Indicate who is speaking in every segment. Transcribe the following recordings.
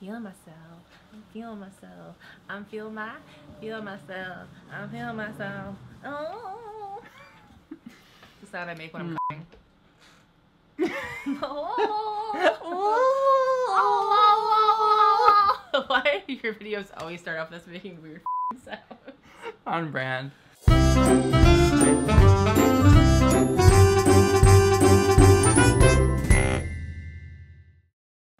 Speaker 1: feeling myself. I'm feeling myself. I'm feeling my, feeling myself. I'm feeling myself. Oh. Mm. It's the sound I make when I'm crying. oh. Why do your videos always start off this making weird sounds?
Speaker 2: On brand.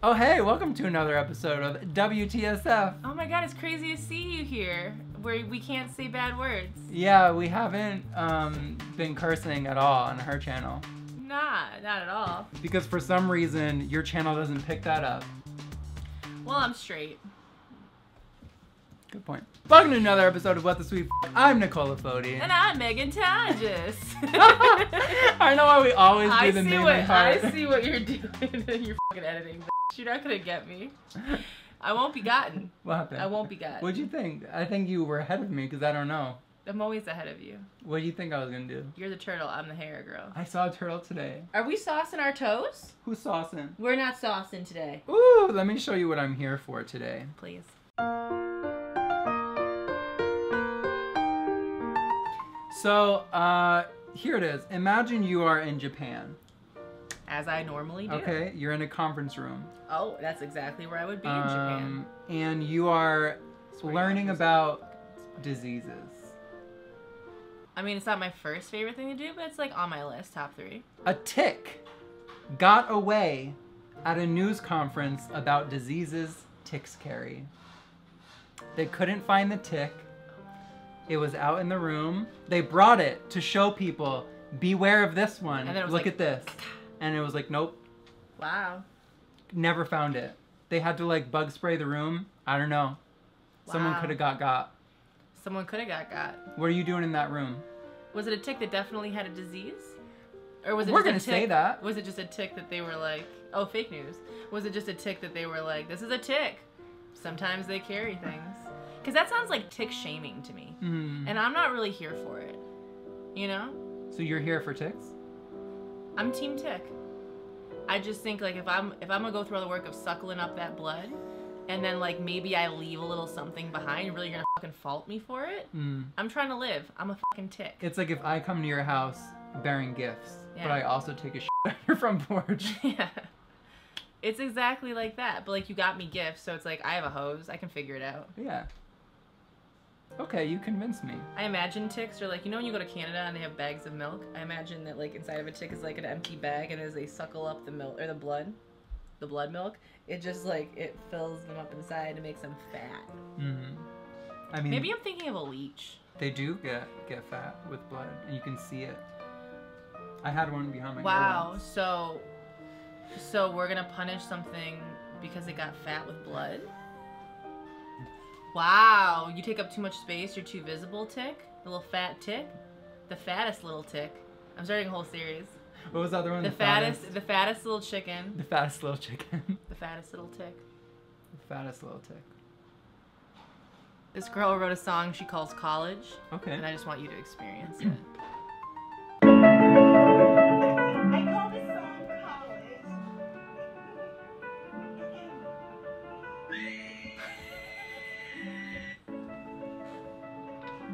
Speaker 2: Oh hey, welcome to another episode of WTSF.
Speaker 1: Oh my god, it's crazy to see you here where we can't say bad words.
Speaker 2: Yeah, we haven't um, been cursing at all on her channel
Speaker 1: Nah, not at all.
Speaker 2: because for some reason your channel doesn't pick that up.
Speaker 1: Well, I'm straight.
Speaker 2: Good point. Welcome to another episode of What the Sweet. F- I'm Nicola Fodi.
Speaker 1: And I'm Megan Tages.
Speaker 2: I know why we always do
Speaker 1: I
Speaker 2: the
Speaker 1: see
Speaker 2: meme
Speaker 1: what
Speaker 2: part.
Speaker 1: I see what you're doing in your fucking editing. Bitch. You're not gonna get me. I won't be gotten.
Speaker 2: What happened?
Speaker 1: I won't be gotten.
Speaker 2: What'd you think? I think you were ahead of me because I don't know.
Speaker 1: I'm always ahead of you.
Speaker 2: What do you think I was gonna do?
Speaker 1: You're the turtle. I'm the hair girl.
Speaker 2: I saw a turtle today.
Speaker 1: Are we saucing our toes?
Speaker 2: Who's saucing?
Speaker 1: We're not saucing today.
Speaker 2: Ooh, let me show you what I'm here for today.
Speaker 1: Please.
Speaker 2: So, uh, here it is. Imagine you are in Japan.
Speaker 1: As I normally do.
Speaker 2: Okay, you're in a conference room.
Speaker 1: Oh, that's exactly where I would be
Speaker 2: Um,
Speaker 1: in Japan.
Speaker 2: And you are
Speaker 1: Swear to
Speaker 2: learning
Speaker 1: God,
Speaker 2: about diseases.
Speaker 1: I mean, it's not my first favorite thing to do, but it's like on my list, top three.
Speaker 2: A tick got away at a news conference about diseases ticks carry. They couldn't find the tick. It was out in the room. They brought it to show people, beware of this one.
Speaker 1: And then it was
Speaker 2: Look
Speaker 1: like-
Speaker 2: at this. And it was like, nope,
Speaker 1: Wow.
Speaker 2: never found it. They had to like bug spray the room. I don't know. Someone
Speaker 1: Wow.
Speaker 2: could have got got.
Speaker 1: Someone could have got got.
Speaker 2: What are you doing in that room?
Speaker 1: Was it a tick that definitely had a disease? Or was it
Speaker 2: We're
Speaker 1: just a
Speaker 2: gonna
Speaker 1: tick?
Speaker 2: say that.
Speaker 1: Was it just a tick that they were like, oh, fake news? Was it just a tick that they were like, this is a tick? Sometimes they carry things. Because that sounds like tick shaming to me.
Speaker 2: Hmm.
Speaker 1: And I'm not really here for it. You know?
Speaker 2: So you're here for ticks?
Speaker 1: I'm team tick. I just think like if I'm if I'm gonna go through all the work of suckling up that blood and then like maybe I leave a little something behind, you're really gonna fucking fault me for it?
Speaker 2: Hmm.
Speaker 1: I'm trying to live. I'm a fucking tick.
Speaker 2: It's like if I come to your house bearing gifts, but
Speaker 1: Yeah.
Speaker 2: I also take a shit on your front porch.
Speaker 1: yeah. It's exactly like that. But like you got me gifts, so it's like I have a hose. I can figure it out.
Speaker 2: yeah. Okay, you convinced me.
Speaker 1: I imagine ticks are like you know when you go to Canada and they have bags of milk. I imagine that like inside of a tick is like an empty bag, and as they suckle up the milk or the blood, the blood milk, it just like it fills them up inside and makes them fat.
Speaker 2: hmm I mean,
Speaker 1: Maybe I'm thinking of a leech.
Speaker 2: they do get get fat with blood, and you can see it. I had one behind my ear
Speaker 1: Wow.
Speaker 2: once.
Speaker 1: So, so we're gonna punish something because it got fat with blood. Wow. You take up too much space. You're too visible. Tick. The little fat tick. The fattest little tick. I'm starting a whole series.
Speaker 2: What was the other one?
Speaker 1: The fattest. The fattest little chicken.
Speaker 2: The fattest little chicken. the
Speaker 1: The fattest little tick.
Speaker 2: fattest little tick.
Speaker 1: This girl wrote a song she calls College,
Speaker 2: Okay.
Speaker 1: and I just want you to experience it.
Speaker 3: I call this song college.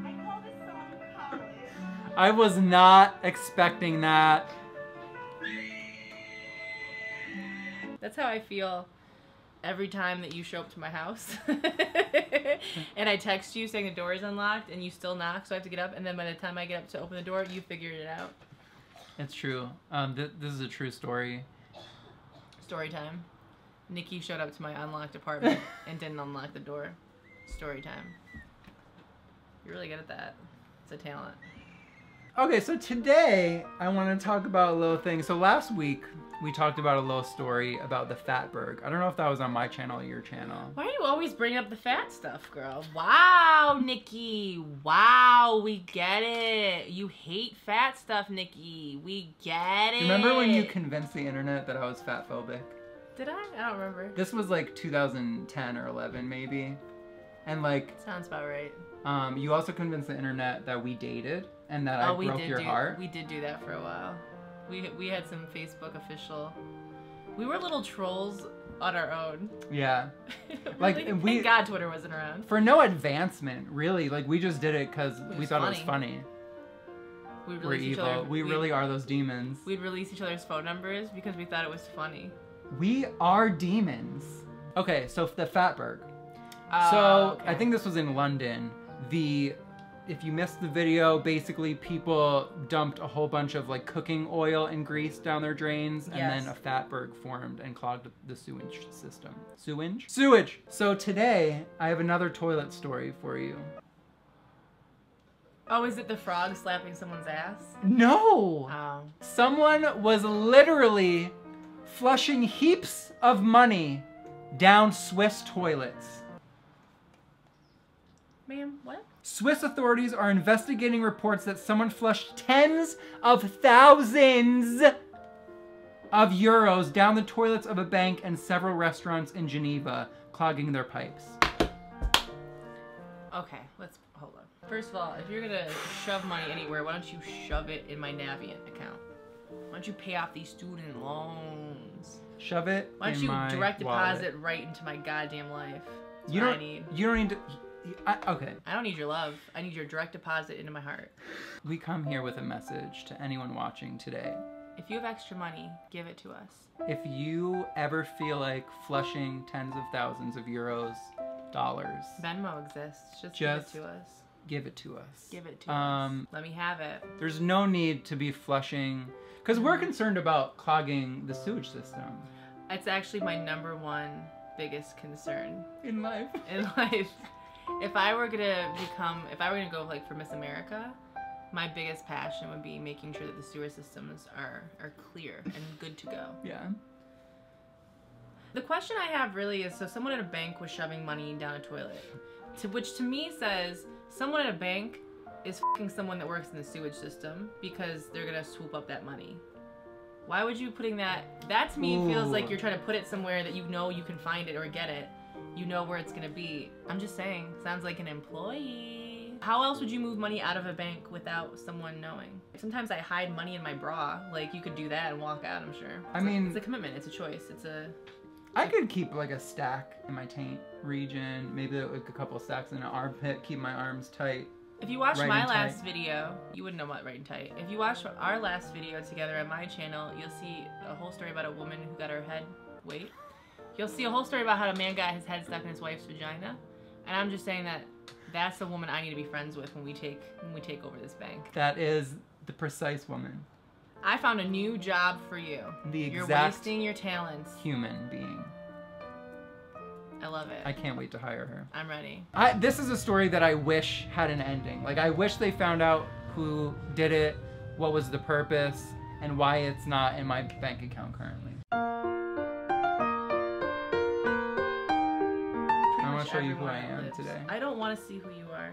Speaker 3: I call this song college.
Speaker 2: I was not expecting that.
Speaker 1: That's how I feel every time that you show up to my house. and I text you saying the door is unlocked and you still knock, so I have to get up. And then by the time I get up to open the door, you figured it out.
Speaker 2: It's true. Um, th- this is a true story.
Speaker 1: Story time. Nikki showed up to my unlocked apartment and didn't unlock the door. Story time. You're really good at that. It's a talent.
Speaker 2: Okay, so today I want to talk about a little thing. So last week we talked about a little story about the fatberg. I don't know if that was on my channel or your channel.
Speaker 1: Why are you always bringing up the fat stuff, girl? Wow, Nikki. Wow, we get it. You hate fat stuff, Nikki. We get it.
Speaker 2: Remember when you convinced the internet that I was fatphobic?
Speaker 1: Did I? I don't remember.
Speaker 2: This was like 2010 or 11 maybe. And like
Speaker 1: Sounds about right.
Speaker 2: um, you also convinced the internet that we dated and that
Speaker 1: oh,
Speaker 2: I
Speaker 1: we
Speaker 2: broke
Speaker 1: did
Speaker 2: your
Speaker 1: do.
Speaker 2: heart.
Speaker 1: We did do that for a while. We we had some Facebook official. We were little trolls on our own.
Speaker 2: Yeah. Like,
Speaker 1: Really?
Speaker 2: and we-
Speaker 1: Thank God Twitter wasn't around.
Speaker 2: For no advancement, really. Like we just did it because we
Speaker 1: was
Speaker 2: thought it was funny.
Speaker 1: We
Speaker 2: We're
Speaker 1: released each
Speaker 2: evil.
Speaker 1: other.
Speaker 2: we
Speaker 1: we'd-
Speaker 2: really are those demons. We,
Speaker 1: We'd release each other's phone numbers because we thought it was funny.
Speaker 2: are demons. Okay, so the Fatberg.
Speaker 1: Ah,
Speaker 2: so I
Speaker 1: okay.
Speaker 2: think this was in London. The if you missed the video, basically people dumped a whole bunch of like cooking oil and grease down their drains, and
Speaker 1: Yes.
Speaker 2: then a fatberg formed and clogged the sewage system. Sewage? Sewage. So today I have another toilet story for you.
Speaker 1: Oh, is it the frog slapping someone's ass?
Speaker 2: No.
Speaker 1: Oh.
Speaker 2: Someone was literally flushing heaps of money down Swiss toilets.
Speaker 1: Ma'am, what?
Speaker 2: Swiss authorities are investigating reports that someone flushed tens of thousands of euros down the toilets of a bank and several restaurants in Geneva, clogging their pipes.
Speaker 1: Okay, let's hold on. First of all, if you're gonna shove money anywhere, why don't you shove it in my Navient account? Why don't you pay off these student loans?
Speaker 2: Shove it.
Speaker 1: Why don't
Speaker 2: in
Speaker 1: you
Speaker 2: my
Speaker 1: direct
Speaker 2: wallet.
Speaker 1: deposit right into my goddamn life? That's
Speaker 2: You
Speaker 1: what
Speaker 2: don't.
Speaker 1: I need.
Speaker 2: You don't need to. I, okay,
Speaker 1: I don't need your love. I need your direct deposit into my heart.
Speaker 2: we come here with a message to anyone watching today.
Speaker 1: If you have extra money, give it to us.
Speaker 2: If you ever feel like flushing tens of thousands of euros, dollars,
Speaker 1: Venmo exists. Just,
Speaker 2: Just
Speaker 1: give it to us.
Speaker 2: give it to us.
Speaker 1: Give it to
Speaker 2: um,
Speaker 1: us. Let me have it.
Speaker 2: There's no need to be flushing, because we're concerned about clogging the sewage system
Speaker 1: It's actually my number one biggest concern
Speaker 2: in life.
Speaker 1: in life. If I were gonna become, if I were gonna go like for Miss America, my biggest passion would be making sure that the sewer systems are are clear and good to go.
Speaker 2: Yeah.
Speaker 1: The question I have really is so someone at a bank was shoving money down a toilet, to which to me says someone at a bank is fucking someone that works in the sewage system because they're gonna swoop up that money. Why would you putting that? That to me feels
Speaker 2: Ooh.
Speaker 1: like you're trying to put it somewhere that you know you can find it or get it. You know where it's gonna be. I'm just saying, sounds like an employee. How else would you move money out of a bank without someone knowing? Sometimes I hide money in my bra. Like you could do that and walk out. I'm sure.
Speaker 2: I mean,
Speaker 1: It's a commitment. It's a choice. It's a
Speaker 2: I could keep like a stack in my taint region, maybe like a couple stacks in an armpit, keep my arms tight.
Speaker 1: If you watched
Speaker 2: Right
Speaker 1: my
Speaker 2: and tight.
Speaker 1: last video, you wouldn't know what right and tight. If you watched our last video together on my channel, you'll see a whole story about a woman who got her head. Wait. You'll see a whole story about how a man got his head stuck in his wife's vagina. And I'm just saying that that's the woman I need to be friends with when we take when we take over this bank.
Speaker 2: That is the precise woman,
Speaker 1: I found a new job for you.
Speaker 2: the
Speaker 1: You're
Speaker 2: exact
Speaker 1: wasting your talents.
Speaker 2: human being.
Speaker 1: I love it.
Speaker 2: I can't wait to hire her.
Speaker 1: I'm ready.
Speaker 2: I, this is a story that I wish had an ending. Like I wish they found out who did it, what was the purpose, and why it's not in my bank account currently.
Speaker 1: Pretty
Speaker 2: wanna
Speaker 1: much
Speaker 2: show you who
Speaker 1: everyone
Speaker 2: I am
Speaker 1: lives.
Speaker 2: today.
Speaker 1: I don't want to see who you are.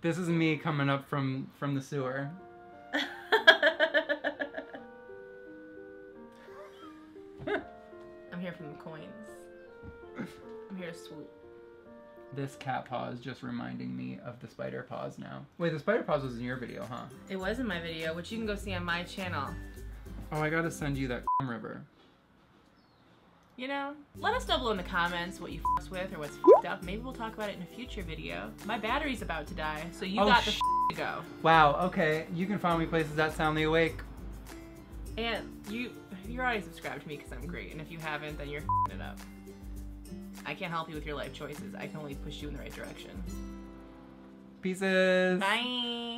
Speaker 2: This is me coming up from from the sewer.
Speaker 1: I'm here from the coins. I'm here to swoop.
Speaker 2: This cat paw is just reminding me of the spider paws now. Wait, the spider paws was in your video, huh?
Speaker 1: It was in my video, which you can go see on my channel.
Speaker 2: Oh, I gotta send you that river.
Speaker 1: You know, let us know below in the comments what you f***ed with or what's f***ed up. Maybe we'll talk about it in a future video. My battery's about to die, so you
Speaker 2: Oh,
Speaker 1: got the
Speaker 2: sh-
Speaker 1: f- to go.
Speaker 2: Wow. Okay, you can find me places that sound the awake.
Speaker 1: And you, you're already subscribed to me because I'm great. And if you haven't, then you're f***ing it up. I can't help you with your life choices. I can only push you in the right direction.
Speaker 2: Pieces.
Speaker 1: Bye.